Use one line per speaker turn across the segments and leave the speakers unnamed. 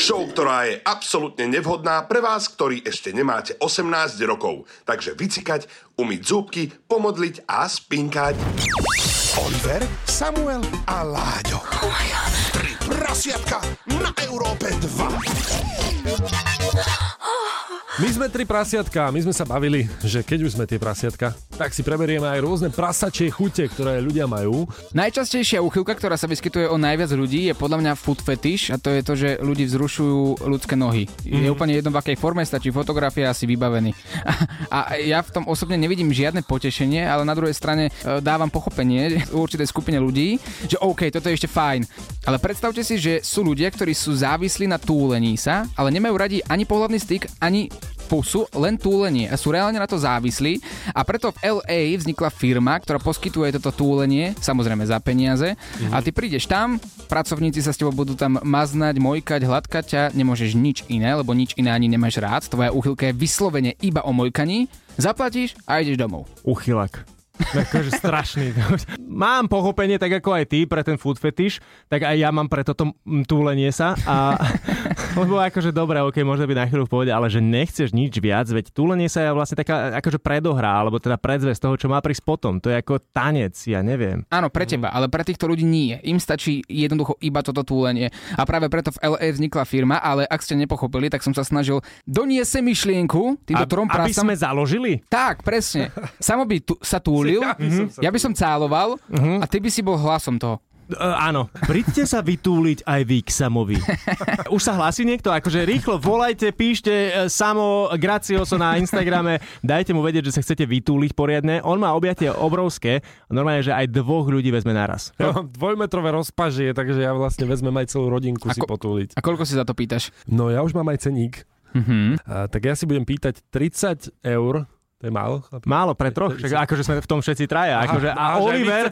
Show, ktorá je absolútne nevhodná pre vás, ktorí ešte nemáte 18 rokov. Takže vycikať, umyť zúbky, pomodliť a spinkať.
Oliver, Samuel a Láďo. Tri prasiatka na Európe 2.
My sme tri prasiatka a my sme sa bavili, že keď už sme tie prasiatka, tak si preberieme aj rôzne prasačie chute, ktoré ľudia majú.
Najčastejšia uchylka, ktorá sa vyskytuje o najviac ľudí, je podľa mňa food fetish a to je to, že ľudí vzrušujú ľudské nohy. Mm. Je úplne jedno v akej forme, stačí fotografia a si vybavený. A, a ja v tom osobne nevidím žiadne potešenie, ale na druhej strane e, dávam pochopenie určitej skupine ľudí, že OK, toto je ešte fajn. Ale predstavte si, že sú ľudia, ktorí sú závislí na túlení sa, ale nemajú radi ani pohľadný styk, ani pusu, len túlenie a sú reálne na to závislí a preto v LA vznikla firma, ktorá poskytuje toto túlenie, samozrejme za peniaze
Mhm.
mm-hmm. a ty prídeš tam, pracovníci sa s tebou budú tam maznať, mojkať, hladkať a nemôžeš nič iné, lebo nič iné ani nemáš rád, tvoja uchylka je vyslovene iba o mojkaní, zaplatíš a ideš domov.
Uchylak. Akože strašný. Mám pochopenie, tak ako aj ty, pre ten food fetish, tak aj ja mám pre toto túlenie sa. A, lebo akože dobre, ok, možno by na chvíľu v pohode, ale že nechceš nič viac, veď túlenie sa je vlastne taká akože predohrá, alebo teda predzvesť toho, čo má prísť potom. To je ako tanec, ja neviem.
Áno, pre teba, ale pre týchto ľudí nie. Im stačí jednoducho iba toto túlenie. A práve preto v LA vznikla firma, ale ak ste nepochopili, tak som sa snažil doniesť myšlienku týmto trom
Aby sme založili?
Tak, presne. Samo by tu, sa túli túlil, ja by som, mm-hmm. ja by som cáloval
Mhm.
mm-hmm. a ty by si bol hlasom toho.
Uh, áno. Príďte sa vytúliť aj vy k Samovi. Už sa hlási niekto? Akože rýchlo volajte, píšte uh, Samo Gracioso na Instagrame, dajte mu vedieť, že sa chcete vytúliť poriadne. On má objatie obrovské, normálne, že aj dvoch ľudí vezme naraz.
No, dvojmetrové rozpažie, takže ja vlastne vezmem aj celú rodinku a si ko- potúliť.
A koľko si za to pýtaš?
No ja už mám aj ceník. Uh-huh.
Mhm.
A, tak ja si budem pýtať 30 eur to je málo? Chlapi?
Málo pre troch, však akože sme v tom všetci traja. Aha, akože,
No,
a aha, Oliver,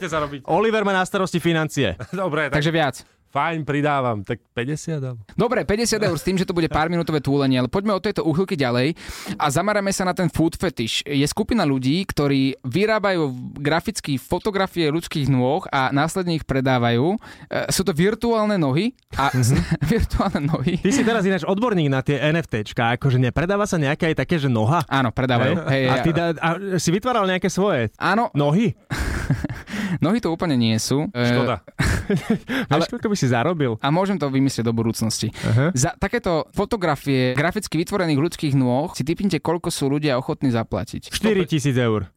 Oliver má na starosti financie.
Dobre,
tak... takže viac.
Fajn, pridávam, tak 50 dám.
Dobre, 50 eur s tým, že to bude pár minútové túlenie, ale poďme od tejto uchylky ďalej a zamerame sa na ten food fetish. Je skupina ľudí, ktorí vyrábajú grafické fotografie ľudských nôh a následne ich predávajú. E, sú to virtuálne nohy a mm-hmm. virtuálne nohy.
Mhm. Ty si teraz ináč odborník na tie NFTčka, akože nepredáva sa nejaké aj také, že noha?
Áno, predávajú.
Hej, hej, a ty No. da, a si vytváral nejaké svoje?
Áno.
Nohy?
Nohy to úplne nie sú. E,
Škoda.
E, Ale koľko by si zarobil?
A môžem to vymyslieť do budúcnosti. Uh-huh. Za takéto fotografie graficky vytvorených ľudských nôh si typnite, koľko sú ľudia ochotní zaplatiť.
4 tisíc eur.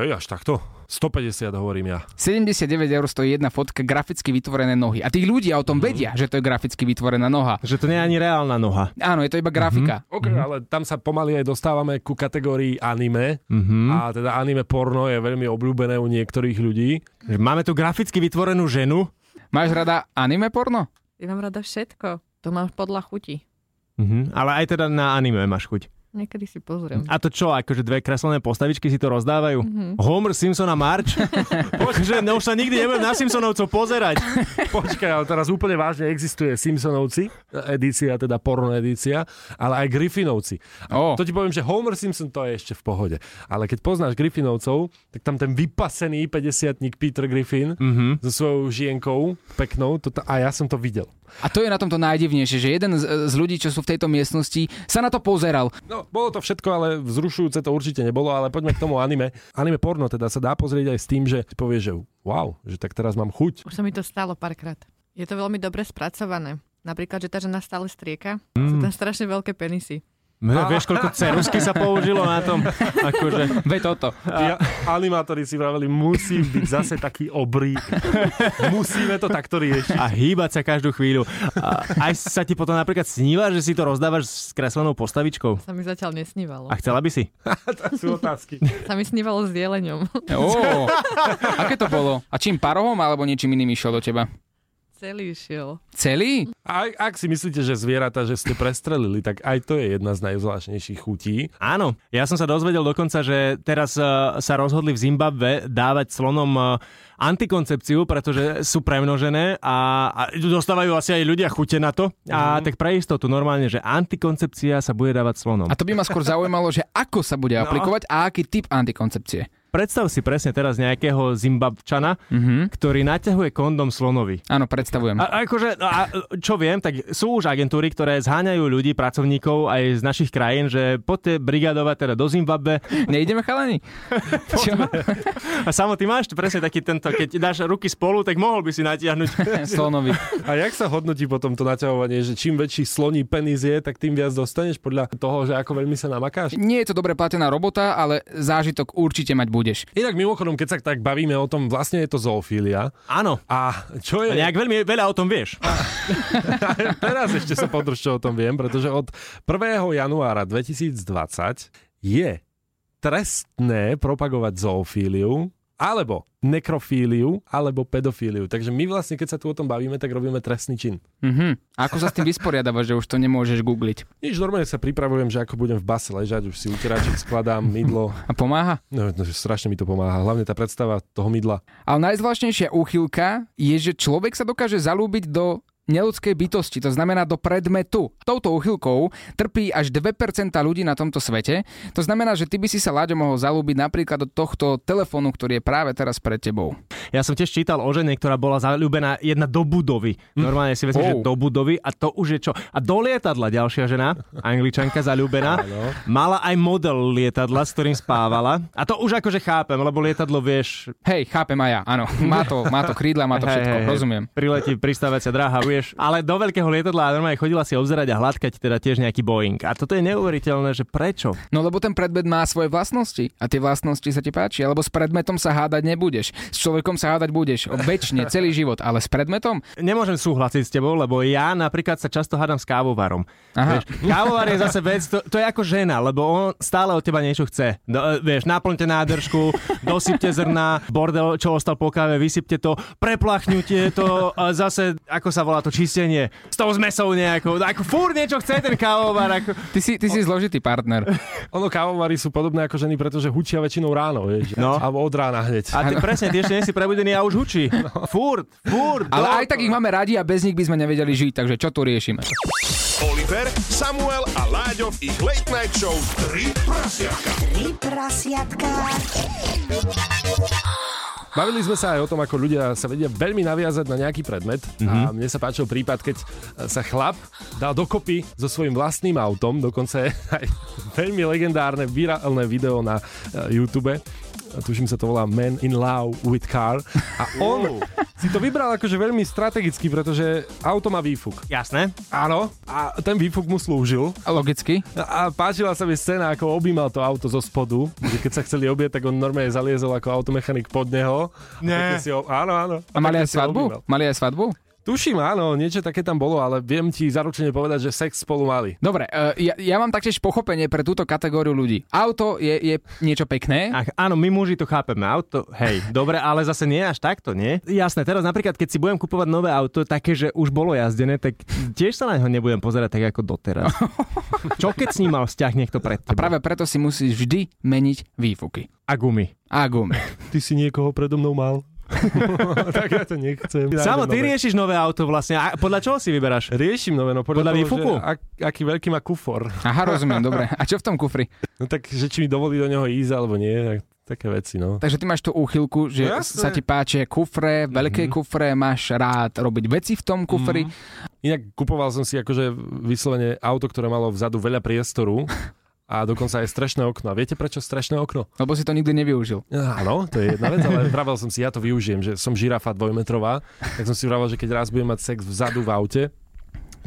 Hej, až takto. 150 hovorím ja.
79 eur stojí jedna fotka graficky vytvorené nohy. A tí ľudia o tom mm-hmm. vedia, že to je graficky vytvorená noha.
Že to nie je ani reálna noha.
Áno, je to iba grafika.
Mm-hmm. OK, mm-hmm. ale tam sa pomaly aj dostávame ku kategórii anime. Mm-hmm. A teda anime porno je veľmi obľúbené u niektorých ľudí.
Máme tu graficky vytvorenú ženu.
Máš rada anime porno?
Ja mám rada všetko. To mám podľa chuti.
Mm-hmm. Ale aj teda na anime máš chuť.
Niekedy si pozriem.
A to čo, akože dve kreslené postavičky si to rozdávajú? Mm-hmm. Homer, Simpson a March? Počkaj, no už sa nikdy nebudem na Simpsonovcov pozerať.
Počkaj, ale teraz úplne vážne existuje Simpsonovci, edícia, teda porno edícia, ale aj Griffinovci. Oh. To ti poviem, že Homer Simpson to je ešte v pohode. Ale keď poznáš Griffinovcov, tak tam ten vypasený 50-tník Peter Griffin mm-hmm. so svojou žienkou peknou, to ta, a ja som to videl.
A to je na tomto najdivnejšie, že jeden z, z ľudí, čo sú v tejto miestnosti, sa na to pozeral.
No, bolo to všetko, ale vzrušujúce to určite nebolo, ale poďme k tomu anime. Anime porno teda sa dá pozrieť aj s tým, že povieš, že wow, že tak teraz mám chuť.
Už sa mi to stalo párkrát. Je to veľmi dobre spracované. Napríklad, že tá žena stále strieka. Mm. Sú tam strašne veľké penisy.
A... Vieš, koľko cerusky sa použilo na tom? Akože...
Veď toto.
A... Ja, animátori si vraveli, musí byť zase taký obrý. Musíme to takto riešiť.
A hýbať sa každú chvíľu. A aj sa ti potom napríklad sníva, že si to rozdávaš s kreslenou postavičkou?
Sa mi zatiaľ nesnívalo.
A chcela by si?
to sú otázky.
Sa mi snívalo s jeleňom.
oh, aké to bolo? A čím parohom alebo niečím iným išiel do teba?
Celý šiel.
Celý?
A ak si myslíte, že zvieratá, že ste prestrelili, tak aj to je jedna z najzvláštnejších chutí.
Áno, ja som sa dozvedel dokonca, že teraz uh, sa rozhodli v Zimbabve dávať slonom uh, antikoncepciu, pretože sú premnožené a, a dostávajú asi aj ľudia chute na to. A mm. tak pre istotu normálne, že antikoncepcia sa bude dávať slonom.
A to by ma skôr zaujímalo, že ako sa bude no. aplikovať a aký typ antikoncepcie.
predstav si presne teraz nejakého Zimbabčana,
Mhm.
ktorý naťahuje kondom slonovi.
Áno, predstavujem.
A, akože, no a čo viem, tak sú už agentúry, ktoré zháňajú ľudí, pracovníkov aj z našich krajín, že poďte brigadovať teda do Zimbabve.
Neideme chalani? Čo?
A samo ty máš presne taký tento, keď dáš ruky spolu, tak mohol by si natiahnuť.
Slonovi.
A jak sa hodnotí potom to naťahovanie, že čím väčší sloní penis je, tak tým viac dostaneš podľa toho, že ako veľmi sa namakáš?
Nie je to dobre platená robota, ale zážitok určite mať budeš.
Inak mimochodom, keď sa tak bavíme o tom, vlastne je to zoofília.
Áno.
A čo je...
A nejak veľmi veľa o tom vieš.
Teraz ešte sa podrž, čo o tom viem, pretože od 1. januára 2020 je trestné propagovať zoofíliu alebo nekrofíliu, alebo pedofíliu. Takže my vlastne, keď sa tu o tom bavíme, tak robíme trestný čin.
Mhm. A ako sa s tým vysporiadavaš, že už to nemôžeš googliť?
Nič, normálne sa pripravujem, že ako budem v base ležať, už si utieraček skladám, mydlo.
A pomáha?
No, no, strašne mi to pomáha. Hlavne tá predstava toho mydla.
Ale najzvláštnejšia úchylka je, že človek sa dokáže zalúbiť do neludskej bytosti, to znamená do predmetu. Touto úchylkou trpí až 2% ľudí na tomto svete. To znamená, že ty by si sa, Láďo, mohol zalúbiť napríklad do tohto telefónu, ktorý je práve teraz pred tebou.
Ja som tiež čítal o žene, ktorá bola zalúbená jedna do budovy. Normálne si vezme,
Wow.
že do budovy a to už je čo. A do lietadla ďalšia žena, angličanka zalúbená, mala aj model lietadla, s ktorým spávala. A to už akože chápem, lebo lietadlo vieš...
Hej, chápem aj ja, áno. Má to, má to krídla, má to
hej,
všetko,
hej, hej,
rozumiem.
Priletí pristávacia dráha, vieš. Ale do veľkého lietadla normálne chodila si obzerať a hladkať teda tiež nejaký Boeing. A toto je neuveriteľné, že prečo?
No lebo ten predmet má svoje vlastnosti a tie vlastnosti sa ti páčia, lebo s predmetom sa hádať nebudeš. S človekom sa hádať budeš väčšine, celý život, ale s predmetom?
Nemôžem súhlasiť s tebou, lebo ja napríklad sa často hádam s kávovarom.
Aha.
Vieš, kávovar je zase vec, to, to je ako žena, lebo on stále od teba niečo chce. Do, e, vieš, naplňte nádržku, dosypte zrna, bordel, čo ostal po káve, vysypte to, preplachňujte to, a zase, ako sa volá to, čistenie, s tou zmesou nejakou, ako fúr niečo chce ten kávovar. Ako...
Ty si, ty si zložitý partner.
Ono kávovary sú podobné ako ženy, pretože hučia väčšinou ráno, vieš.
No.
Alebo od rána hneď.
A ty presne, ty ešte nie si prebudený a už hučí. Furt, furt.
Ale
do-
aj tak ich máme radi a bez nich by sme nevedeli žiť, takže čo tu riešime?
Oliver, Samuel a Láďo v ich Late Night Show 3 prasiatka.
Tri prasiatka.
Bavili sme sa aj o tom, ako ľudia sa vedia veľmi naviazať na nejaký predmet. Mm-hmm.
Mhm.
A mne sa páčil prípad, keď e, sa chlap dal dokopy so svojím vlastným autom, dokonca je aj veľmi legendárne virálne video na eh, YouTube. A Tuším sa to volá Man in Love with Car. A on si to vybral akože veľmi strategicky, pretože auto má výfuk.
Jasné.
Áno. A ten výfuk mu slúžil.
Logicky.
No A páčila sa mi scéna, ako objímal to auto zo spodu, že keď sa chceli obieť, tak on normálne zaliezol ako automechanik pod neho.
Ne.
A pekne si ho, áno, áno.
A mali
pekne
aj
si ho objímal.
svadbu? Mali aj svadbu?
Tuším, áno, niečo také tam bolo, ale viem ti zaručene povedať, že sex spolu mali.
Dobre, uh, ja, ja mám taktiež pochopenie pre túto kategóriu ľudí. Auto je, je niečo pekné.
Ach, áno, my muži to chápeme, auto, hej, dobre, ale zase nie až takto, nie? Jasné, teraz napríklad, keď si budem kupovať nové auto, také, že už bolo jazdené, tak tiež sa na ňo nebudem pozerať tak ako doteraz. Čo keď s ním mal vzťah niekto pred tebou?
Práve preto si musíš vždy meniť výfuky.
A gumy.
A gumy.
Ty si niekoho predo mnou mal. tak ja to nechcem.
Samo, ty
Nájdem nové.
riešiš nové auto vlastne, a podľa čoho si vyberáš?
Riešim nové, no podľa,
Podľa
toho,
výfuku?
Že ak, aký veľký má kufor.
Aha, rozumiem, dobre. A čo v tom kufri?
No tak, že či mi dovolí do neho ísť alebo nie, tak, také veci, no.
Takže ty máš tú úchylku, že
No jasné.
sa ti páčia kufre, veľké mm-hmm. kufre, máš rád robiť veci v tom kufri. Mm-hmm.
Inak kupoval som si akože vyslovene auto, ktoré malo vzadu veľa priestoru a dokonca aj strešné okno. A viete prečo strešné okno?
Lebo si to nikdy nevyužil.
Áno, to je jedna vec, ale vravel som si, ja to využijem, že som žirafa dvojmetrová, tak som si vravel, že keď raz budem mať sex vzadu v aute,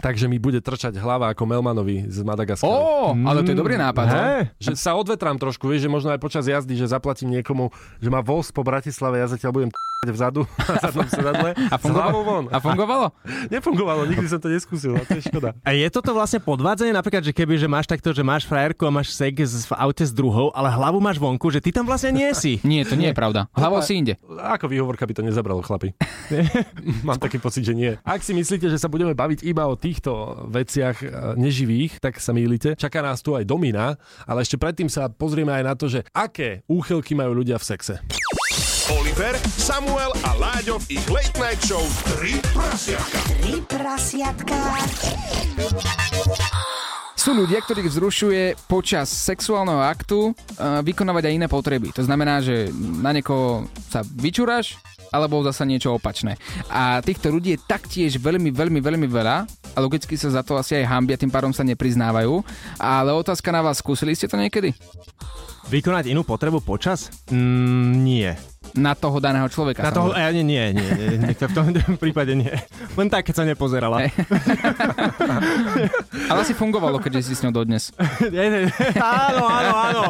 takže mi bude trčať hlava ako Melmanovi z
Ó,
Madagaskaru.
oh, ale to je dobrý nápad. no?
Hej.
Že sa odvetrám trošku, vieš, že možno aj počas jazdy, že zaplatím niekomu, že má voz po Bratislave, ja zatiaľ budem t***ať vzadu na zadnom sedadle a s hlavou von.
A fungovalo?
Nefungovalo, nikdy som to neskúsil, a to je škoda.
A je toto vlastne podvádzanie, napríklad, že keby, že máš takto, že máš frajerku a máš sex s- v aute s druhou, ale hlavu máš vonku, že ty tam vlastne nie si.
Nie, to nie je pravda. Hlavou si inde.
Ako výhovorka by to nezabralo, chlapi? Mám taký pocit, že nie. Ak si myslíte, že sa budeme baviť iba o týchto veciach e, neživých, tak sa mýlite. Čaká nás tu aj domina, ale ešte predtým sa pozrieme aj na to, že aké úchylky majú ľudia v sexe.
Oliver, Samuel a Láďo v ich Late Night Show 3 prasiatka.
Tri prasiatka.
Sú ľudia, ktorých vzrušuje počas sexuálneho aktu e, vykonávať aj iné potreby. To znamená, že na niekoho sa vyčúraš, alebo zasa niečo opačné. A týchto ľudí je taktiež veľmi, veľmi, veľmi veľa a logicky sa za to asi aj hambia, tým pádom sa nepriznávajú. Ale otázka na vás, skúsili ste to niekedy?
Vykonať inú potrebu počas? Mm, nie.
Na toho daného človeka.
Na toho,
samozrejme.
e, nie, nie, nie, nie, nie, v tom prípade nie. Len tak, keď sa nepozerala.
Hej. Ale asi fungovalo, keďže si s ňou dodnes.
Nie, nie, nie. áno, áno, áno.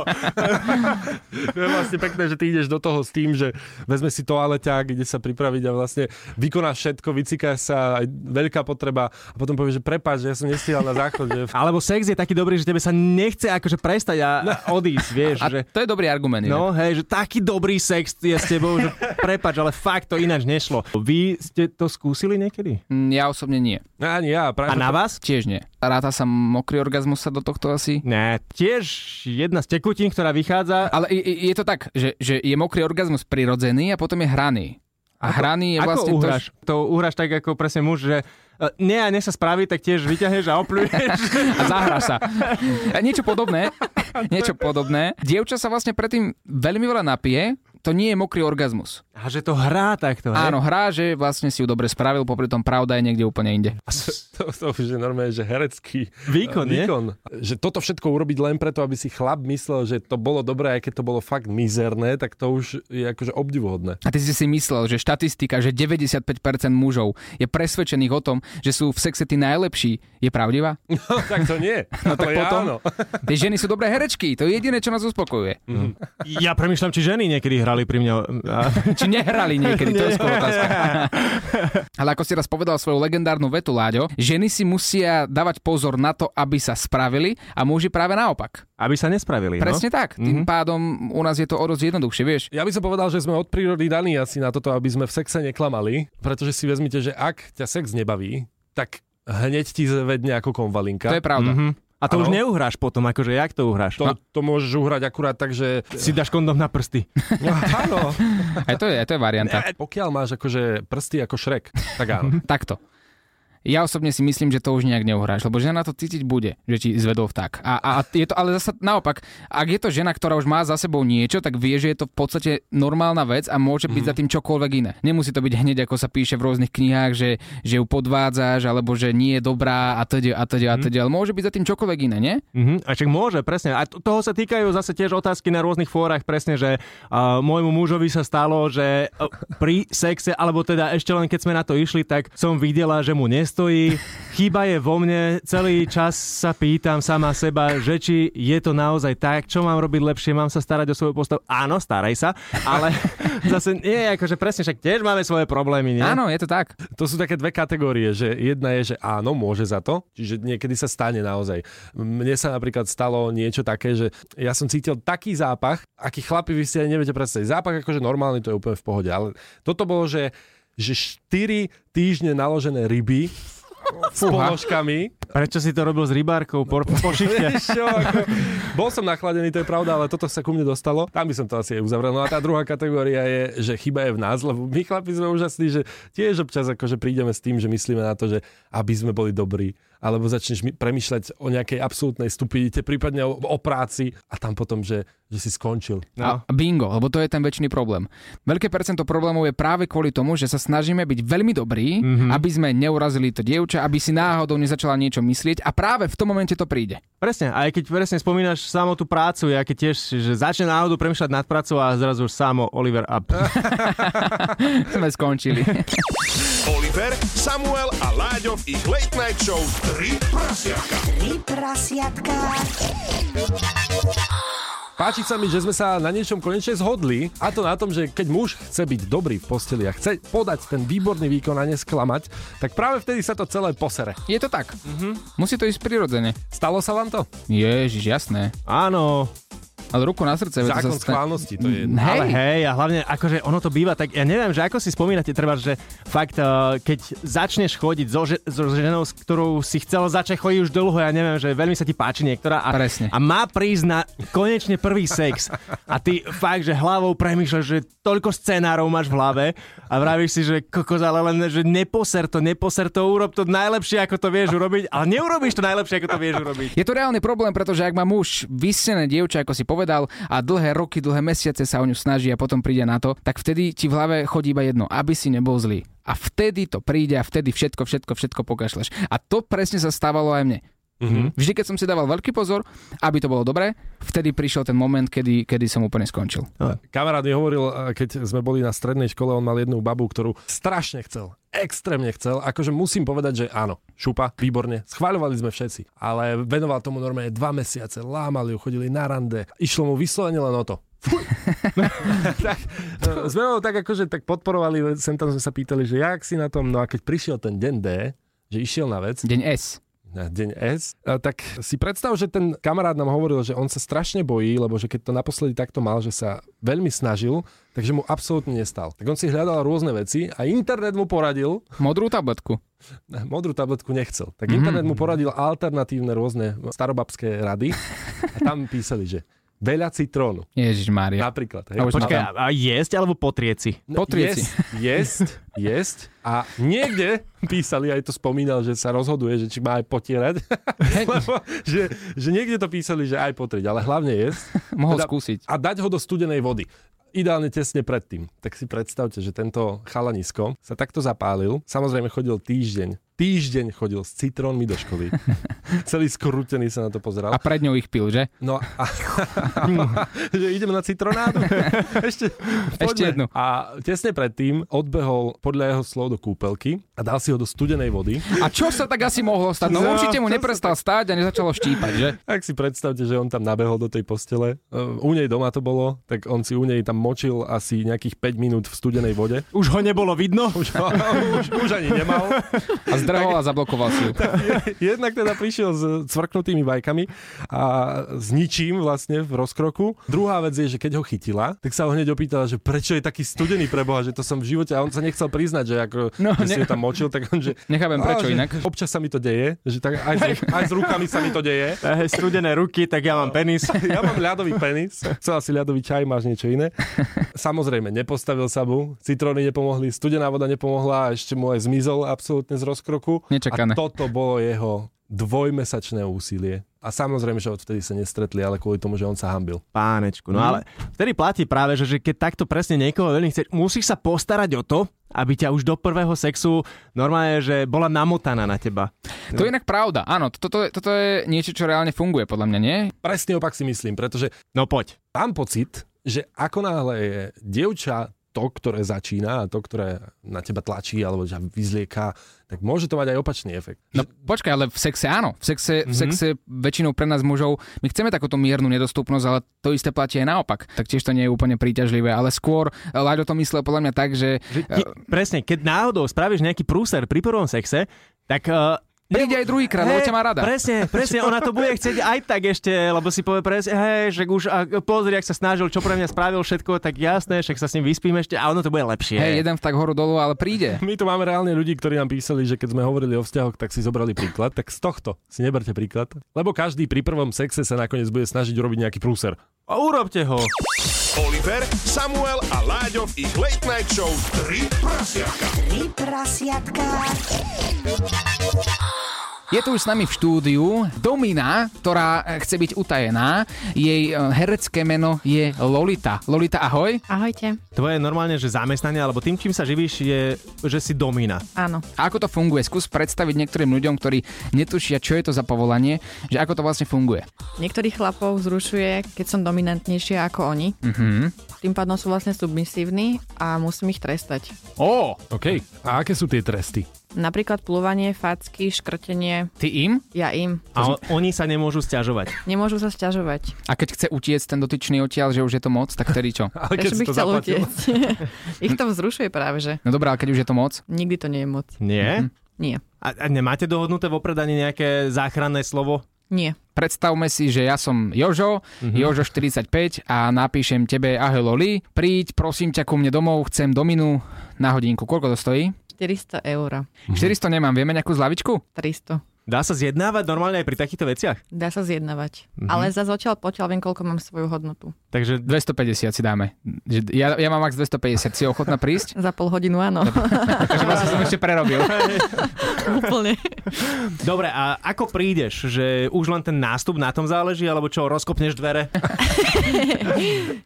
To je vlastne pekné, že ty ideš do toho s tým, že vezme si toaleťák, ide sa pripraviť a vlastne vykonáš všetko, vyciká sa, aj veľká potreba a potom povieš, že prepáč, že ja som nestihal na záchod. Že...
Alebo sex je taký dobrý, že tebe sa nechce akože prestať a a odísť, vieš.
A
že...
to je dobrý argument. inak.
No hej, že taký dobrý sex je s tebou, že prepač, ale fakt to ináč nešlo. Vy ste to skúsili niekedy?
Mm, Ja osobne nie.
No Ani ja,
A
práve.
na vás?
Tiež nie. Ráta sa mokrý orgazmus sa do tohto asi?
Ne, tiež jedna z tekutín, ktorá vychádza.
Ale i- i- je to tak, že, že je mokrý orgazmus prirodzený a potom je hraný. A ako, hraný je vlastne
ako
to,
uhráš? To, to uhráš tak ako presne muž, že e, nie a nech sa spraví, tak tiež vyťahneš a opľuješ.
a zahrá sa. A niečo podobné. Niečo podobné. Dievča sa vlastne predtým veľmi veľa napije, to nie je mokrý orgazmus.
a že to hrá takto, hej?
Áno, hrá, že vlastne si ju dobre spravil, popri tom pravda je niekde úplne inde.
To, to už je normálne, že herecký
Výkon, nie?
výkon. Že toto všetko urobiť len preto, aby si chlap myslel, že to bolo dobré, aj keď to bolo fakt mizerné, tak to už je akože obdivuhodné.
A ty si si myslel, že štatistika, že 95% mužov je presvedčených o tom, že sú v sexe tí najlepší, je pravdivá?
No, tak to nie.
No tak
Ale
potom.
áno.
Tie ženy sú dobré herečky, to je jediné, čo nás uspokojuje.
Ja premyšľam, či ženy niekedy hrali pri mne. A...
Či nehrali niekedy, to je skôr otázka. Ale ako si raz povedal svoju legendárnu vetu, Láďo, ženy si musia dávať pozor na to, aby sa spravili a muži práve naopak.
Aby sa nespravili,
Presne
no?
tak. Tým pádom u nás je to o dosť jednoduchšie, vieš.
Ja by som povedal, že sme od prírody daní asi na toto, aby sme v sexe neklamali, pretože si vezmite, že ak ťa sex nebaví, tak hneď ti zvedne ako konvalinka.
To je pravda.
Mhm. A to
Áno.
už neuhráš potom, akože jak to uhráš?
to, to môžeš uhrať akurát tak, že...
Si dáš kondom na prsty.
Áno.
Aj to je, aj to je varianta.
Pokiaľ máš akože prsty ako šrek, tak áno.
Takto. Ja osobne si myslím, že to už nejak neuhráš, lebo žena to cítiť bude, že ti zvedol vták. A, a a je to ale zase naopak, ak je to žena, ktorá už má za sebou niečo, tak vie, že je to v podstate normálna vec a môže byť za tým čokoľvek iné. Nemusí to byť hneď, ako sa píše v rôznych knihách, že, že ju podvádzaš, alebo že nie je dobrá a teda a teda a teda. Ale môže byť za tým čokoľvek iné, nie?
Mhm, a však môže, presne. A to- toho sa týkajú zase tiež otázky na rôznych fórach, presne, že uh, môjmu mužovi sa stalo, že uh, pri sexe, alebo teda ešte len keď sme na to išli, tak som videla, že mu nestojí. Chyba je vo mne. Celý čas sa pýtam sama seba, že či je to naozaj tak, čo mám robiť lepšie, mám sa starať o svoju postavu. Áno, staraj sa, ale zase nie, akože presne, však tiež máme svoje problémy, nie?
Áno, je to tak.
To sú také dve kategórie, že jedna je, že áno, môže za to, čiže niekedy sa stane naozaj. Mne sa napríklad stalo niečo také, že ja som cítil taký zápach, aký chlapi vy si aj neviete predstaviť. Zápach akože normálny, to je úplne v pohode, ale toto bolo, že, že 4 týždne naložené ryby s ponožkami.
Prečo si to robil s rybárkou po, po šichte?
Vieš čo, ako, bol som nachladený, to je pravda, ale toto sa ku mne dostalo. Tam by som to asi aj uzavrel. No a tá druhá kategória je, že chyba je v nás, lebo my chlapi sme úžasní, že tiež občas akože prídeme s tým, že myslíme na to, že aby sme boli dobrí, alebo začneš my- premýšľať o nejakej absolútnej stupidite, prípadne o, o práci a tam potom, že, že si skončil.
No.
A bingo, lebo to je ten väčší problém. Veľké percento problémov je práve kvôli tomu, že sa snažíme byť veľmi dobrí, mm-hmm. aby sme neurazili to dievča, aby si náhodou nezačala niečo myslieť a práve v tom momente to príde.
Presne, aj keď presne spomínaš samo tú prácu, ja keď tiež, že začne náhodou premýšľať nad prácou a zrazu už samo Oliver up.
Sme skončili.
Oliver, Samuel a Láďov ich Late Night Show 3 prasiatka.
Tri prasiatka.
Páči sa mi, že sme sa na niečom konečne zhodli a to na tom, že keď muž chce byť dobrý v posteli a chce podať ten výborný výkon a nesklamať, tak práve vtedy sa to celé posere.
Je to tak. Mm-hmm. Musí to ísť prirodzene.
Stalo sa vám to?
Ježiš, jasné.
Áno,
Ale ruku na srdce, veď to sa
Zákon
stane. Mm.
schválnosti, to je jedno.
Hej,
Ale hej, a hlavne akože ono to býva, tak ja neviem, že ako si spomínate, treba, že fakt, eh, keď začneš chodiť so, že, so ženou, s ktorou si chcel začať chodiť už dlho, ja neviem, že veľmi sa ti páči niektorá a,
Presne.
a má prísť na konečne prvý sex a ty fakt, že hlavou premýšľaš, že toľko scenárov máš v hlave a vravíš si, že kokos, ale len, že neposer to, neposer to, urob to najlepšie, ako to vieš urobiť, ale neurobíš to najlepšie, ako to vieš urobiť.
Je to reálny problém, pretože ak má muž vysené dievča, ako si povedal, a dlhé roky, dlhé mesiace sa o ňu snaží a potom príde na to, tak vtedy ti v hlave chodí iba jedno, aby si nebol zlý. A vtedy to príde a vtedy všetko, všetko, všetko pokašleš. A to presne sa stávalo aj mne. Mm-hmm. Vždy, keď som si dával veľký pozor, aby to bolo dobré, vtedy prišiel ten moment, kedy, kedy som úplne skončil.
Kamarát mi hovoril, eh, keď sme boli na strednej škole, on mal jednu babu, ktorú strašne chcel. Extrémne chcel. Akože musím povedať, že áno, šupa, výborne. Schváľovali sme všetci. Ale venoval tomu normálne dva mesiace. Lámali ju, chodili na rande. Išlo mu vyslovene len o to. Fuj. tak, eh, sme ho tak akože tak podporovali, sem tam sme sa pýtali, že jak si na tom, no a keď prišiel ten deň D, že išiel na vec,
Deň S.
na deň S, a tak si predstav, že ten kamarát nám hovoril, že on sa strašne bojí, lebo že keď to naposledy takto mal, že sa veľmi snažil, takže mu absolútne nestal. Tak on si hľadal rôzne veci a internet mu poradil,
Modrú tabletku.
modrú tabletku nechcel, tak internet mu poradil alternatívne rôzne starobabské rady a tam písali, že veľa citrónu,
Ježiš Mária.
napríklad.
A už
Počkaj, a- a jesť alebo potrieť si?
No,
Potrieť si.
Jesť, jesť, jesť. A niekde písali, aj to spomínal, že sa rozhoduje, že či má aj potierať. Lebo, že, že niekde to písali, že aj potrieť, ale hlavne jesť.
Mohol
Teda-
skúsiť.
A dať ho do studenej vody. Ideálne tesne predtým. Tak si predstavte, že tento chalanisko sa takto zapálil. Samozrejme chodil týždeň. Týždeň chodil s citrónmi do školy. Celý skrutený sa na to pozeral.
A pred ňou ich pil, že?
No a, že idem na citronádu. Ešte, poďme.
Ešte jednu.
A tesne predtým odbehol podľa jeho slov do kúpelky a dal si ho do studenej vody.
A čo sa tak asi mohlo stať? No určite mu neprestal stáť a nezačalo štípať, že?
Tak si predstavte, že on tam nabehol do tej postele. Ehm, U nej doma to bolo, tak on si u nej tam močil asi nejakých 5 minút v studenej vode.
Už ho nebolo vidno?
Už, už, už ani nemal.
A zdrhol a zablokoval si ju.
Jednak teda prišiel s cvrknutými bajkami a s ničím vlastne v rozkroku. Druhá vec je, že keď ho chytila, tak sa ho hneď opýtala, že prečo je taký studený preboha, že to som v živote a on sa nechcel priznať, že, ako, no,
No,
že si
ne-
ju tam močil, tak on že...
Nechápem
"Á,
prečo
že
inak.
Občas sa mi to deje, že tak aj, s, ruk- aj s rukami sa mi to deje.
Eh, studené ruky, tak ja mám penis.
Ja mám ľadový penis, chcel si ľadový čaj, máš niečo iné. Samozrejme, nepostavil sa mu, citróny nepomohli, studená voda nepomohla a ešte mu aj zmizol absolútne z rozkroku.
Nečakané.
A toto bolo jeho dvojmesačné úsilie. A samozrejme, že odvtedy sa nestretli, ale kvôli tomu, že on sa hambil.
Pánečku, no ale vtedy platí práve, že, že keď takto presne niekoho veľmi chceš, musíš sa postarať o to, aby ťa už do prvého sexu normálne, že bola namotaná na teba.
To je inak pravda, áno, toto, toto, toto je niečo, čo reálne funguje, podľa mňa, nie?
Presne opak si myslím, pretože
No poď.
mám pocit, že ako náhle je dievča to, ktoré začína a to, ktoré na teba tlačí alebo ťa vyzlieká, tak môže to mať aj opačný efekt.
No počkaj, ale v sexe áno, v sexe, mm-hmm. v sexe väčšinou pre nás mužov, my chceme takúto miernu nedostupnosť, ale to isté platí aj naopak, tak tiež to nie je úplne príťažlivé, ale skôr eh, Láďo to myslel podľa mňa tak, že
Že ti, presne, keď náhodou spravíš nejaký prúser pri prvom sexe, tak... Uh,
príde aj druhýkrát, lebo ťa má rada.
Presne, presne, ona to bude chcieť aj tak ešte, lebo si povie presne, hej, že už a, pozri, ak sa snažil, čo pre mňa spravil všetko, tak jasné, však sa s ním vyspím ešte a ono to bude lepšie.
Hej, jeden tak horu dolu, ale príde.
My tu máme reálne ľudí, ktorí nám písali, že keď sme hovorili o vzťahoch, tak si zobrali príklad. Tak z tohto si neberte príklad. Lebo každý pri prvom sexe sa nakoniec bude snažiť urobiť nejaký prúser.
A urobte ho.
Oliver, Samuel a Láďo v ich Late Night Show 3 prasiatka.
Tri prasiatka.
Je tu už s nami v štúdiu Domina, ktorá eh, chce byť utajená. Jej eh, herecké meno je Lolita. Lolita, ahoj.
Ahojte.
Tvoje normálne, že zamestnanie, alebo tým, čím sa živíš, je, že si domina.
Áno.
A ako to funguje? Skús predstaviť niektorým ľuďom, ktorí netušia, čo je to za povolanie, že ako to vlastne funguje.
Niektorých chlapov zrušuje, keď som dominantnejšia ako oni.
Mhm.
Tým pádom sú vlastne submisívni a musím ich trestať.
Ó,
OK. A aké sú tie tresty?
Napríklad plúvanie, facky, škrtenie.
ty im?
Ja im.
A on, oni sa nemôžu stiažovať.
Nemôžu sa sťažovať.
A keď chce utiecť ten dotyčný odtiaľ, že už je to moc, tak tedy čo?
Ale
Prečo by
si to
chcel
zaplatil.
utiecť? ich to vzrušuje práve, že?
No dobrá, ale keď už je to moc?
Nikdy to nie je moc.
Nie?
Nie.
A, a nemáte dohodnuté vopred ani nejaké záchranné slovo?
Nie.
Predstavme si, že ja som Jožo, mm-hmm. Jožo 45 a napíšem tebe ahoj Loli, príď prosím ťa ku mne domov, chcem dominu na hodinku. Koľko to stojí?
400 eur.
400 nemám, vieme nejakú zľavičku?
300.
Dá sa zjednávať normálne aj pri takýchto veciach?
Dá sa zjednavať. Ale za zatiaľ potiaľ viem, koľko mám svoju hodnotu.
Takže
250 si dáme. Že Ja, ja mám max 250, si ochotná prísť?
Za pol hodinu áno.
Takže vlastne som ešte prerobil.
Úplne.
dobre, a ako prídeš? Že už len ten nástup na tom záleží, alebo čo, rozkopneš dvere?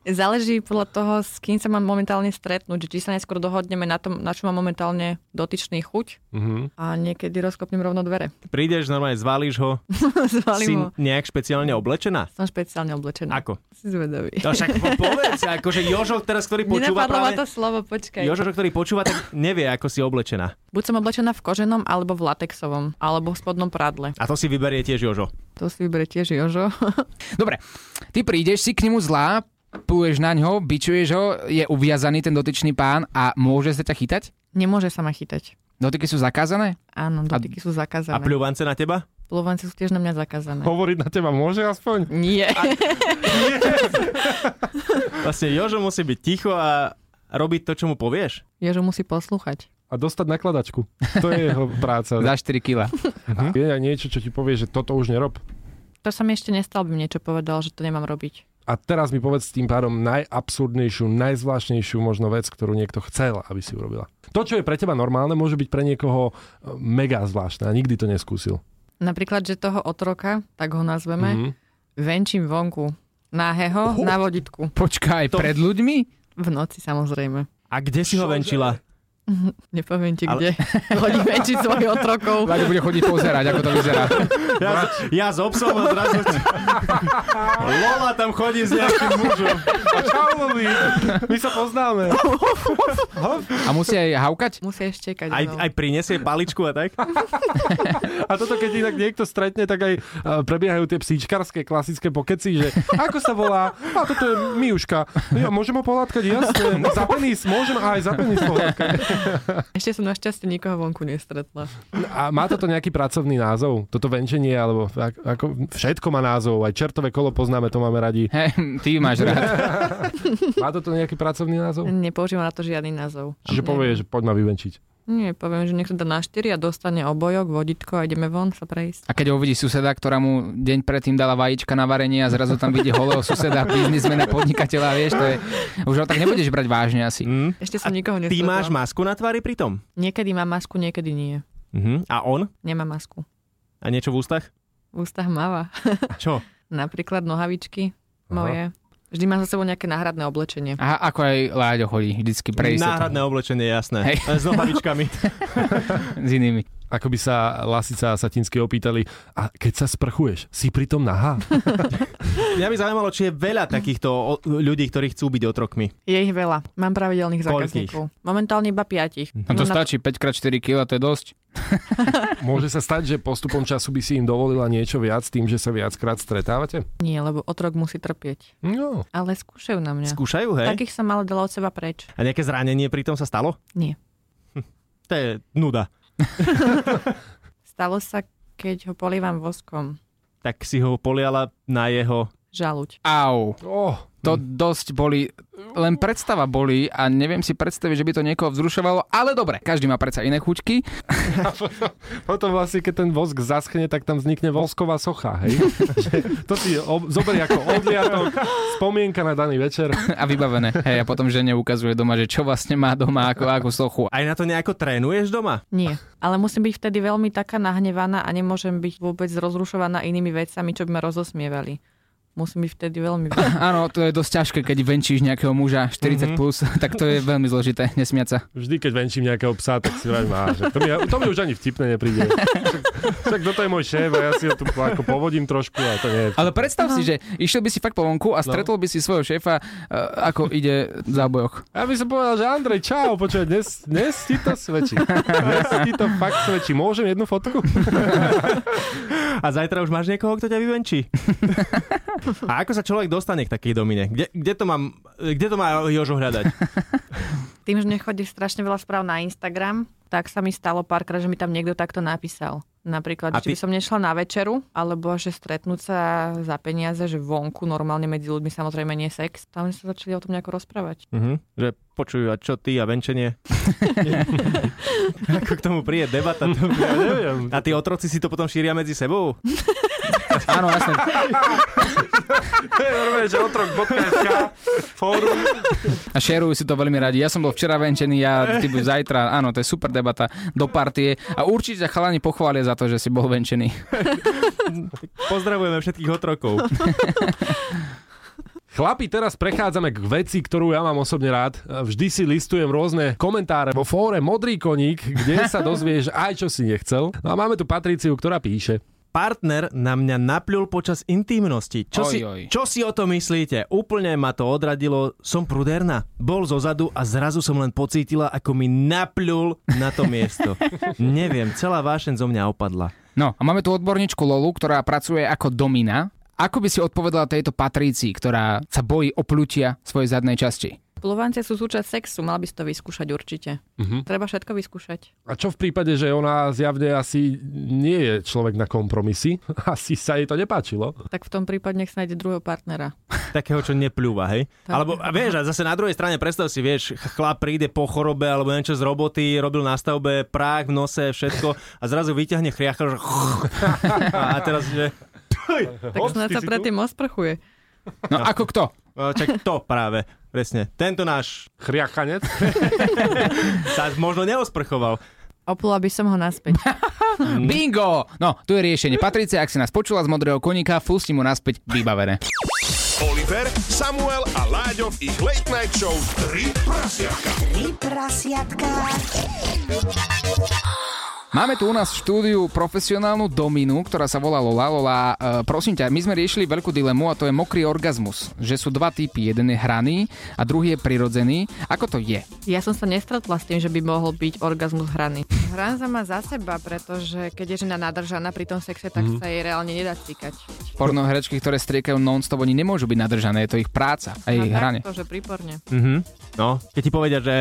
Záleží podľa toho, s kým sa mám momentálne stretnúť. že Či sa neskôr dohodneme na tom, na čo má momentálne dotyčný chuť. A niekedy rozkopnem rovno dvere.
Prídeš, normálne zvalíš ho, si
Zvalím ho.
nejak špeciálne oblečená?
Som špeciálne oblečená.
Ako?
Si zvedavý.
To však po- povedz, akože Jožo teraz, ktorý počúva
Nenapadlo ma
práve...
to slovo, počkaj.
Jožo, ktorý počúva, tak nevie, ako si oblečená.
Buď som oblečená v koženom, alebo v latexovom, alebo v spodnom prádle.
A to si vyberie tiež Jožo.
To si vyberie tiež Jožo.
Dobre, ty prídeš, si k nemu zlá, pluješ na ňo, bičuješ ho, je uviazaný ten dotyčný pán a môže sa ťa chytať?
Nemôže sa ma chytať.
Dotyky sú zakázané?
Áno, dotyky sú
A
zakázané.
pľuvance na teba?
Plovence sú tiež na mňa zakázané.
Hovoriť na teba môže aspoň?
Nie.
Vlastne Jožo musí byť ticho a robiť to, čo mu povieš.
Jožo musí poslúchať.
A dostať nakladačku. To je jeho práca.
Za 4 kila.
Mhm. Je aj niečo, čo ti povie, že toto už nerob.
To sa mi ešte nestal, by mi niečo povedal, že to nemám robiť.
A teraz mi povedz tým pádom najabsurdnejšiu, najzvláštnejšiu možno vec, ktorú niekto chcel, aby si urobila. To, čo je pre teba normálne, môže byť pre niekoho e, mega zvláštne a nikdy to neskúsil.
Napríklad, že toho otroka, tak ho nazveme,
Mhm.
venčím vonku. Náheho, na voditku.
Počkaj,
To-
pred ľuďmi?
V noci samozrejme.
A kde si ho venčila?
Nepoviem ti,
Ale-
kde. Chodí venčiť svojich otrokov.
Vláďo bude chodiť pozerať, ako to vyzerá.
Ja, s- ja s obsom a zrazu... Lola tam chodí s nejakým mužom.
Čau, Luli. My sa poznáme.
A musí aj haukať?
Musí ešte čekať.
Aj,
no.
aj prinesie paličku a tak?
A toto, keď inak niekto stretne, tak aj e, prebiehajú tie psíčkarské klasické pokeci, že ako sa volá, a toto je Miuška. Ja, môžem ho pohľadkať, jasne. Za penis, môžem aj za penis pohľadkať.
Ešte som našťastie nikoho vonku nestretla.
A má toto nejaký pracovný názov? Toto venčenie, alebo ak- ako, všetko má názov, aj čertové kolo poznáme, to máme radi.
Hej, ty máš rád.
Má toto nejaký pracovný názov?
Nepoužívam na to žiadny názov.
Čiže povie, že poď ma vyvenčiť.
Nie, poviem, že niekto dá na 4 a dostane obojok, voditko a ideme von sa prejsť.
A keď ho uvidí suseda, ktorá mu deň predtým dala vajíčka na varenie a zrazu tam vidí holého suseda, biznismena, podnikateľa, vieš, to je... Už ho tak nebudeš brať vážne asi.
Mm.
Ešte som nikoho
Ty
nestretla.
máš masku na tvári pritom?
Niekedy má masku, niekedy nie.
Mhm. A on?
Nemá masku.
A niečo v ústach?
V ústach máva.
Čo?
Napríklad nohavičky moje. Vždy mám za sebou nejaké náhradné oblečenie.
Aha, ako aj Láďo chodí vždycky pre istotu.
Náhradné oblečenie, jasné.
Hej.
S nohavičkami.
S inými.
Ako by sa Lasica a Satinsky opýtali, a keď sa sprchuješ, si pritom nahá?
Mňa by zaujímalo, či je veľa takýchto o- ľudí, ktorí chcú byť otrokmi.
Je ich veľa. Mám pravidelných
Koľkých?
zákazníkov. Momentálne iba piatich.
No to
Mám na-
stačí, 5x4 kg, to je dosť.
Môže sa stať, že postupom času by si im dovolila niečo viac tým, že sa viackrát stretávate?
Nie, lebo otrok musí trpieť.
No.
Ale skúšajú na mňa.
Skúšajú, hej?
Takých som ale dala od seba preč.
A nejaké zranenie pritom sa stalo?
Nie.
To je nuda.
Stalo sa, keď ho polievam voskom.
Tak si ho poliala na jeho...
Žaluť.
Au,
Oh,
to dosť boli, len predstava boli a neviem si predstaviť, že by to niekoho vzrušovalo, ale dobre, každý má predsa iné chuťky.
potom vlastne, keď ten vosk zaschne, tak tam vznikne vosková socha, hej? Že to si ob- zoberie ako odliatok, spomienka na daný večer.
a vybavené. Hej, a potom žene ukazuje doma, že čo vlastne má doma, ako, ako sochu.
Aj na to nejako trénuješ doma?
Nie. Ale musím byť vtedy veľmi taká nahnevaná a nemôžem byť vôbec rozrušovaná inými vecami, čo by ma rozosmievali. Musím byť vtedy veľmi...
Áno, to je dosť ťažké, keď venčíš nejakého muža 40+, plus, tak to je veľmi zložité, nesmiať sa.
Vždy, keď venčím nejakého psa, tak si vravím, á, že to, mi, to mi už ani vtipne nepríde. Však, však toto je môj šéf a ja si ho tu ako povodím trošku a to nie je.
Ale predstav si, že išiel by si fakt po vonku a stretol by si svojho šéfa, e, ako ide v zábojoch.
Ja by som povedal, že Andrej, čau, počúvaj, dnes, dnes ti to svedčí. Dnes ti to fakt svedčí. Môžem jednu fotku?
A zajtra už máš niekoho, kto ťa vyvenčí. A ako sa človek dostane k takej domine? Kde, kde, to, mám, kde to má Jožo hľadať?
Tým, že nechodí strašne veľa správ na Instagram, tak sa mi stalo párkrát, že mi tam niekto takto napísal. Napríklad,
A
že či by
ty-
som nešla na večeru, alebo že stretnúť sa za peniaze, že vonku normálne medzi ľuďmi samozrejme nie sex. Tam sme sa začali o tom nejako rozprávať.
Mhm. Že počujú, a čo ty a venčenie? Ako k tomu príde debata? To...
Ja neviem.
A tí otroci si to potom šíria medzi sebou?
Áno, jasne.
To je normálne, že otrok bodka.sk, fórum.
A šerujú si to veľmi radi. Ja som bol včera venčený, ja ty buď zajtra. Áno, to je super debata do partie. A určite ťa chalani pochvália za to, že si bol venčený.
Pozdravujeme všetkých otrokov.
Chlapi, teraz prechádzame k veci, ktorú ja mám osobne rád. E, Vždy si listujem rôzne komentáre vo fóre Modrý koník, kde sa dozvieš aj čo si nechcel. No a máme tu Patriciu, ktorá píše.
Partner na mňa napľul počas intimnosti. Čo,
Oj,
si,
oj.
čo si o to myslíte? Úplne ma to odradilo. Som pruderná. Bol zozadu a zrazu som len pocítila, ako mi napľul na to miesto. Neviem, celá vášen zo mňa opadla.
No a máme tu odborníčku Lolu, ktorá pracuje ako domina. Ako by si odpovedala tejto patrícii, ktorá sa bojí oplutia svojej zadnej časti?
Plovancie sú súčasť sexu, mal by si to vyskúšať určite. Treba všetko vyskúšať.
A čo v prípade, že ona zjavne asi nie je človek na kompromisy? Asi sa jej to nepáčilo.
Tak v tom prípade nech sa nájde druhého partnera.
Takého, čo nepľúva, hej? Alebo, a vieš, a zase na druhej strane, predstav si, vieš, ch- chlap príde po chorobe alebo niečo z roboty, robil na stavbe, prách v nose, všetko a zrazu vyťahne chriacha, že... A teraz, že...
Tak snad sa predtým osprchuje.
No ako kto?
e, Čak to práve, presne. Tento náš
Chriachanec?
sa možno neosprchoval.
Opula by som ho naspäť.
Bingo! No, tu je riešenie. Patricia, ak si nás počula z modrého koníka, fusti mu naspäť vybavené.
Oliver, Samuel a Láďov ich Late Night Show 3 prasiatka.
Tri prasiatka.
Máme tu u nás v štúdiu profesionálnu dominu, ktorá sa volá Lola. Lola, e, prosím ťa, my sme riešili veľkú dilemu a to je mokrý orgazmus. Že sú dva typy, jeden je hraný a druhý je prirodzený. Ako to je?
Ja som sa nestretla s tým, že by mohol byť orgazmus hrany. Hranza má za seba, pretože keď je žena nadržaná pri tom sexe, tak sa jej reálne nedá cíkať.
Pornoherečky, ktoré striekajú non-stop, oni nemôžu byť nadržané, je to ich práca a ich hranie.
No, To, že príporne.
Mhm. No, keď ti povedia, že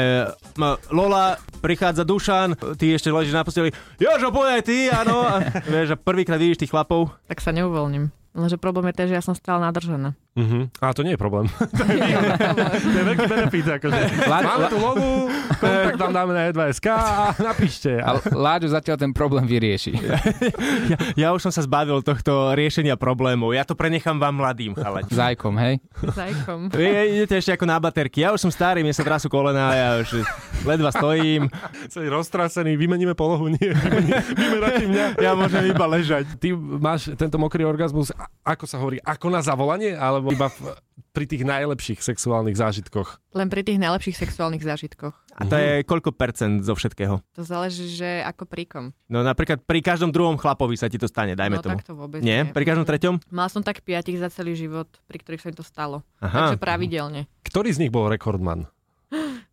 m, Lola, prichádza Dušan, ty ešte ležíš na posteli, Jožo, poď aj ty, áno. A, vieš, a prvýkrát vidíš tých chlapov,
Tak sa neuvoľním. Lenže problém je ten, že ja som stále nadržaná.
Uh-huh. A to nie je problém. to je veľký benefit. Akože. Máme tu lovu, kontakt vám dáme na E E2SK a napíšte.
A Láďo zatiaľ ten problém vyrieši.
Ja, ja už som sa zbavil tohto riešenia problémov. Ja to prenechám vám mladým, chalať.
Zajkom, hej?
Zajkom.
Vy idete ešte ako na baterky. Ja už som starý, mne sa trasú kolena, ja už ledva stojím.
Celý roztrasený, vymeníme polohu, nie, vymeníme, vymeníme mňa.
Ja môžem iba ležať.
Ty máš tento mokrý orgazmus, a- ako sa hovorí, ako na zavolanie, alebo iba v, pri tých najlepších sexuálnych zážitkoch?
Len pri tých najlepších sexuálnych zážitkoch.
A to je koľko percent zo všetkého?
To záleží, že ako príkom.
No napríklad pri každom druhom chlapovi sa ti to stane, dajme
no
tomu.
tak to vôbec
Nie?
nie.
Pri každom treťom?
Mal som tak piatich za celý život, pri ktorých sa mi to stalo.
Aha.
Takže pravidelne.
Ktorý z nich bol rekordman?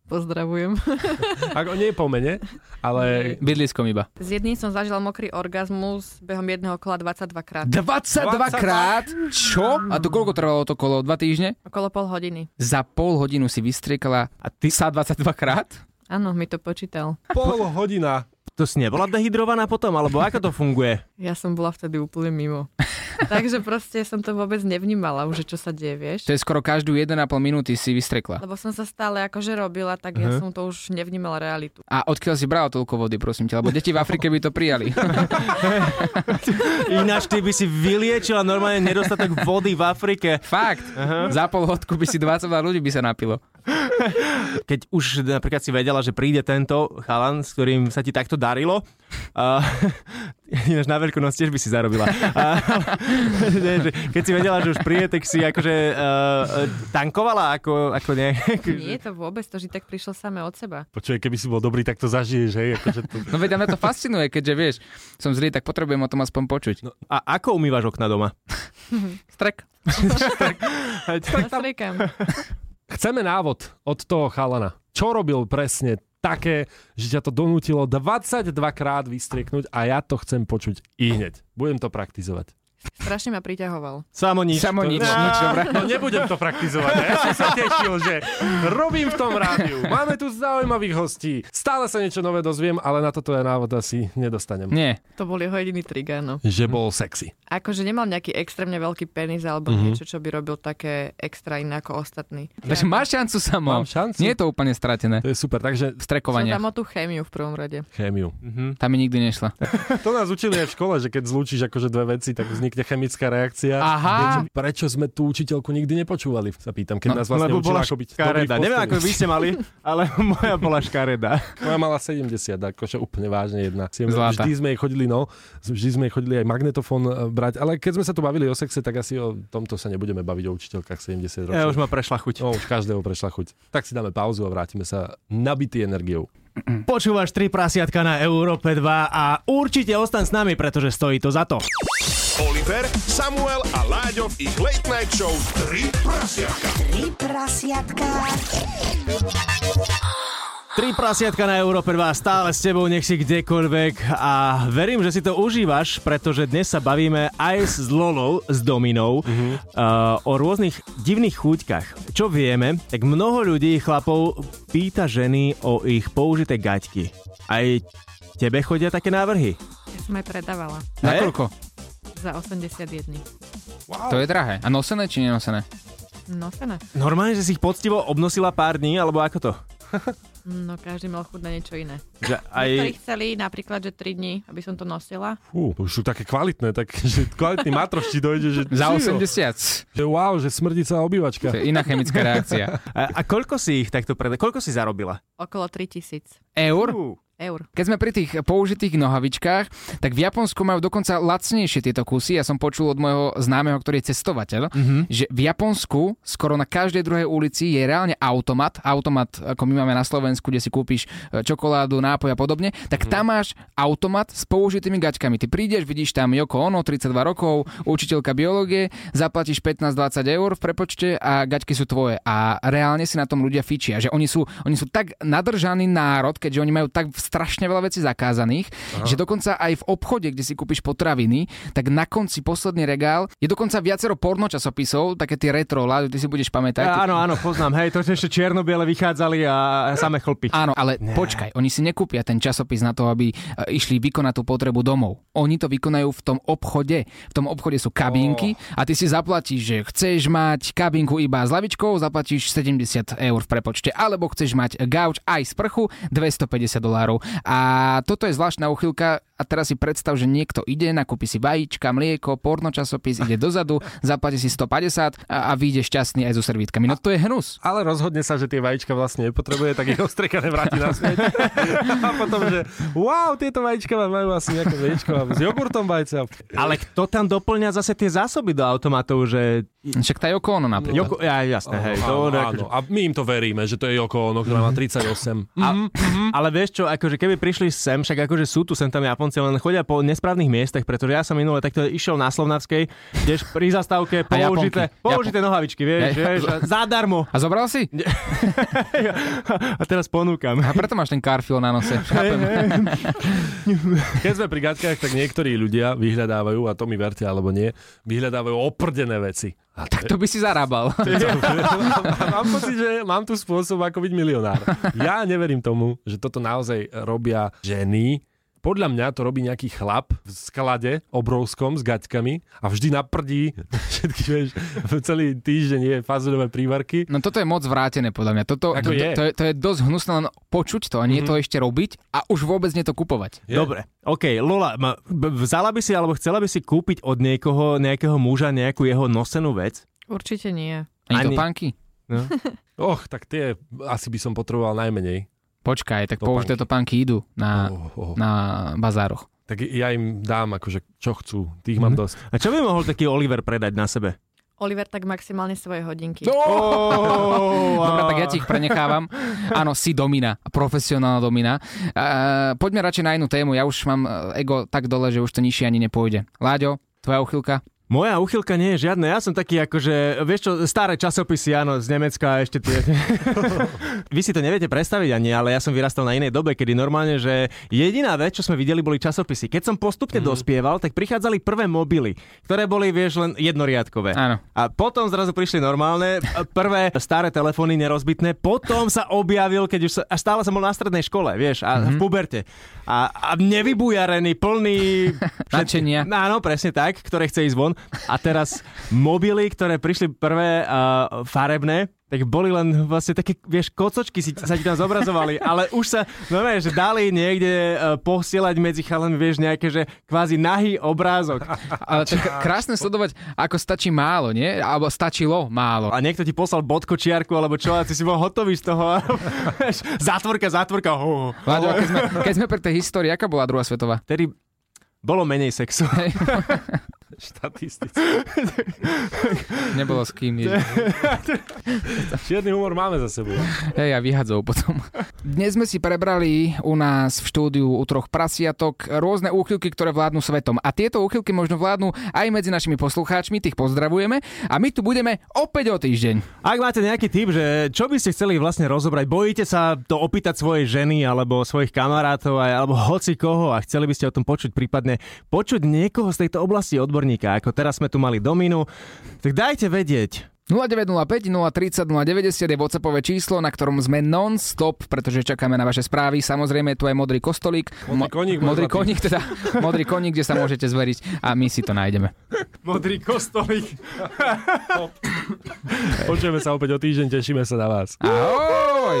Pozdravujem.
Ako nie po mene, ale...
Bydliskom iba.
S jedným som zažila mokrý orgazmus behom jedného kola 22 krát.
22 krát? Čo? A to koľko trvalo to kolo? Dva týždne?
Okolo pol hodiny.
Za pol hodinu si vystriekala a ty sa 22 krát?
Áno, mi to počítal.
Pol hodina.
To si nebola dehydrovaná potom, alebo ako to funguje?
Ja som bola vtedy úplne mimo. Takže proste som to vôbec nevnímala už, že čo sa deje, vieš.
To je skoro každú 1,5 minúty si vystriekla.
Lebo som sa stále akože robila, tak ja som to už nevnímala realitu.
A odkiaľ si brala toľko vody, prosím ťa? Lebo deti v Afrike by to prijali.
Ináč ty by si vyliečila normálne nedostatok vody v Afrike.
Fakt. Za pol hodku by si 22 ľudí by sa napilo.
keď už napríklad si vedela, že príde tento chalan, s ktorým sa ti takto darilo, uh, ináč na veľkú noc tiež by si zarobila. Uh, nie, že keď si vedela, že už príde, tak si akože uh, tankovala ako, ako ne.
Nie je to vôbec, to že tak prišlo samé od seba.
Počuj, keby si bol dobrý, tak to zažiješ, hej? Akože to...
No veď a mňa to fascinuje, keďže vieš, som zlý, tak potrebujem o tom aspoň počuť. No.
A ako umývaš okna doma?
Strek.
Zastriekam.
Chceme návod od toho chalana. Čo robil presne také, že ťa to donútilo 22 krát vystrieknúť a ja to chcem počuť i hneď. Budem to praktizovať.
Strašne ma priťahoval.
Samo nič.
Samo
To-
nič,
Á,
nič, dobre.
No nebudem to praktizovať. Ja som sa tešil, že robím v tom rádiu. Máme tu zaujímavých hostí. Stále sa niečo nové dozviem, ale na toto ja návod asi nedostanem.
Nie.
To bol jeho jediný trik, áno.
Že bol sexy.
Akože nemal nejaký extrémne veľký penis alebo niečo, čo by robil také extra iné ako ostatní.
Takže máš šancu samo.
Mám šancu?
Nie je to úplne stratené.
To je super, takže
Šlo
Strekovanie.
tam o tú chémiu v prvom rade.
chémiu.
Tam mi nikdy nešla.
To nás učili aj v škole, že keď zlúčiš akože dve veci, tak vznikne chemická reakcia.
Aha.
Niečo- Prečo sme tú učiteľku nikdy nepočúvali? Sa pýtam, keď
No,
nás vlastne
lebo
učila,
bola
ako byť dobrý v
škareda. Neviem, ako
posteli.
vy ste mali, ale moja bola škareda.
Moja mala 70, akože úplne vážne jedna. Siem-
Zlatá.
Vždy sme jej chodili, no, vždy sme jej chodili aj magnetofón e, brať, ale keď sme sa tu bavili o sexe, tak asi o tomto sa nebudeme baviť o učiteľkách 70
Ja,
rokov.
už ma prešla chuť.
No, už každého prešla chuť. Tak si dáme pauzu a vrátime sa nabitý energiou.
Počúvaš tri prasiatka na Európe 2 a určite ostan s nami, pretože stojí to za to.
Oliver, Samuel a Láďo v ich Late Night Show 3 prasiatka.
Tri prasiatka.
Tri prasiatka na Európe 2 stále s tebou, nech si kdekoľvek a verím, že si to užívaš, pretože dnes sa bavíme aj s Lolou, s Dominou, mm-hmm. uh, o rôznych divných chúťkach. Čo vieme, tak mnoho ľudí, chlapov, pýta ženy o ich použité gaťky. Aj tebe chodia také návrhy?
Ja som aj predávala
Na
Hej?
koľko?
za 81.
To je drahé. A nosené či nenosené?
Nosené.
Normálne, že si ich poctivo obnosila pár dní, alebo ako to?
No každý mal chuť na niečo iné.
Že aj...
Niektorí chceli napríklad, že 3 dní, aby som to nosila.
Fú, to už sú také kvalitné, tak, že kvalitný matroš ti dojde, že,
Za
Čiže,
80.
že wow, že smrdí celá obývačka.
To je iná chemická reakcia.
A, a koľko si ich takto predala? Koľko si zarobila?
Okolo 3000
Eur?
Uh.
eur.
Keď sme pri tých použitých nohavičkách, tak v Japonsku majú dokonca lacnejšie tieto kusy. Ja som počul od môjho známeho, ktorý je cestovateľ, že v Japonsku skoro na každej druhej ulici je reálne automat, automat ako my máme na Slovensku, kde si kúpiš e, čokoládu, nápoj a podobne, tak tam máš automat s použitými gaťkami. Ty prídeš, vidíš tam Joko Ono, 32 rokov, učiteľka biológie, zaplatíš 15-20 eur v prepočte a gaťky sú tvoje. A reálne si na tom ľudia fičia, že oni sú, oni sú tak nadržaný národ, keďže oni majú tak strašne veľa vecí zakázaných, Aha. že dokonca aj v obchode, kde si kúpiš potraviny, tak na konci posledný regál je dokonca viacero porno časopisov, také tie retro, Láďo, ty si budeš pamätať.
Ja, áno, áno, poznám. Hej, to ešte čierno-biele vychádzali a same chlpy.
Áno, ale ne. počkaj, oni si nekúpia ten časopis na to, aby e, išli vykonať tú potrebu domov. Oni to vykonajú v tom obchode. V tom obchode sú kabinky oh. a ty si zaplatíš, že chceš mať kabinku iba s lavičkou, zaplatíš 70 eur v prepočte, alebo chceš mať gauč aj sprchu 250 dolárov. A toto je zvláštna uchylka a teraz si predstav, že niekto ide, nakúpi si vajíčka, mlieko, porno časopis, ide dozadu, zaplatí si 150 a, a vyjde šťastný aj so servítkami. No to je hnus.
ale rozhodne sa, že tie vajíčka vlastne nepotrebuje, tak ich ostrekané vráti naspäť. a potom, že wow, tieto vajíčka majú asi nejaké vajíčko s jogurtom vajca.
Ale kto tam doplňa zase tie zásoby do automatov, že...
Však tá Joko Ono napríklad.
Joko... Ja, jasné, hej. To,
Áno,
ono
áno.
akože...
A my im to veríme, že to je Joko Ono, ktorá má 38.
a, ale vieš čo, akože keby prišli sem, však akože sú tu sem tam Japonci, len chodia po nesprávnych miestach, pretože ja som minule takto išiel na Slovnavskej, kdež pri zastávke použité,
Japonky.
použité nohavičky, vieš,
Ja-
vieš, a zadarmo.
A zobral si?
A teraz ponúkam.
A preto máš ten karfil na nose. Chápem.
Keď sme pri gatkách, tak niektorí ľudia vyhľadávajú, a to mi verte alebo nie, vyhľadávajú oprdené veci. A to,
To by si zarábal.
mám pocit, že mám tu spôsob, ako byť milionár. Ja neverím tomu, že toto naozaj robia ženy. Podľa mňa to robí nejaký chlap v sklade obrovskom s gaťkami a vždy naprdí všetky, vieš, celý týždeň je fazulové prívarky.
No toto je moc vrátené podľa mňa. Toto,
Ako
to,
je. Mhm.
To, je, to je dosť hnusné len počuť to a nie to ešte robiť a už vôbec nie to kupovať.
Je.
Dobre, OK, Lola, ma- b- vzala by si alebo chcela by si kúpiť od niekoho, nejakého muža, nejakú jeho nosenú vec? No.
Určite nie.
Ani to
Ani-
panky.
Och, tak tie asi by som potreboval najmenej.
Počkaj, tak
To
použité to panky idú na,
Oh, oh.
na bazároch.
Tak ja im dám akože čo chcú, tých
Mhm.
mám dosť.
A čo by mohol taký Oliver predať na sebe?
Oliver tak maximálne svoje hodinky.
Oh,
Dobre, tak ja ti ich prenechávam. Áno, si domina, profesionálna domina. Uh, poďme radšej na inú tému, ja už mám eh, ego tak dole, že už to nižšie ani nepôjde. Láďo, tvoja uchylka?
Moja uchylka nie je žiadna. Ja som taký akože, vieš čo, staré časopisy, áno, z Nemecka a ešte tie. Vy si to neviete predstaviť ani, ale ja som vyrastal na inej dobe, kedy normálne, že jediná vec, čo sme videli, boli časopisy. Keď som postupne mm. dospieval, tak prichádzali prvé mobily, ktoré boli, vieš, len jednoriadkové.
Áno.
A potom zrazu prišli normálne, e, prvé staré telefóny nerozbitné, potom sa objavil, keď už sa, a stále som bol na strednej škole, vieš, a mm-hmm. v puberte. A, a nevybujarený, plný...
Nadšenia.
Áno, presne tak, ktoré chce ísť von. A teraz mobily, ktoré prišli prvé uh, farebné, tak boli len vlastne také, vieš, kocočky si, sa ti tam zobrazovali, ale už sa, no vieš, dali niekde uh, posielať medzi chalami, vieš, nejaké, že kvázi nahý obrázok.
Ale to je k- krásne sledovať, ako stačí málo, nie? Alebo stačilo málo.
A niekto ti poslal bodkočiarku, alebo čo, a ty si bol hotový z toho. vieš, zátvorka, zátvorka, ho. ho.
Láďo, a keď sme, keď sme pri tej histórii, aká bola druhá svetová?
Tedy bolo menej sexu.
Štatisticky.
Nebolo s kým. ježiš.
Čierny humor máme za sebou.
Hej, a vyhadzov potom. Dnes sme si prebrali u nás v štúdiu u troch prasiatok rôzne úchylky, ktoré vládnu svetom. A tieto úchylky možno vládnu aj medzi našimi poslucháčmi, tých pozdravujeme. A my tu budeme opäť o týždeň.
Ak máte nejaký tip, že čo by ste chceli vlastne rozobrať, bojíte sa to opýtať svojej ženy alebo svojich kamarátov aj, alebo hoci koho a chceli by ste o tom počuť, prípadne počuť niekoho z tejto oblasti odborníka, ako teraz sme tu mali Dominu, tak dajte vedieť.
0905 030 090 je WhatsAppové číslo, na ktorom sme non-stop, pretože čakáme na vaše správy. Samozrejme, tu je modrý kostolík. Mo-
koník, môj
modrý
zlatý.
koník, teda, modrý koník, kde sa môžete zveriť a my si to nájdeme.
Modrý kostolík.
Počujeme sa opäť o týždeň, tešíme sa na vás.
Ahoj!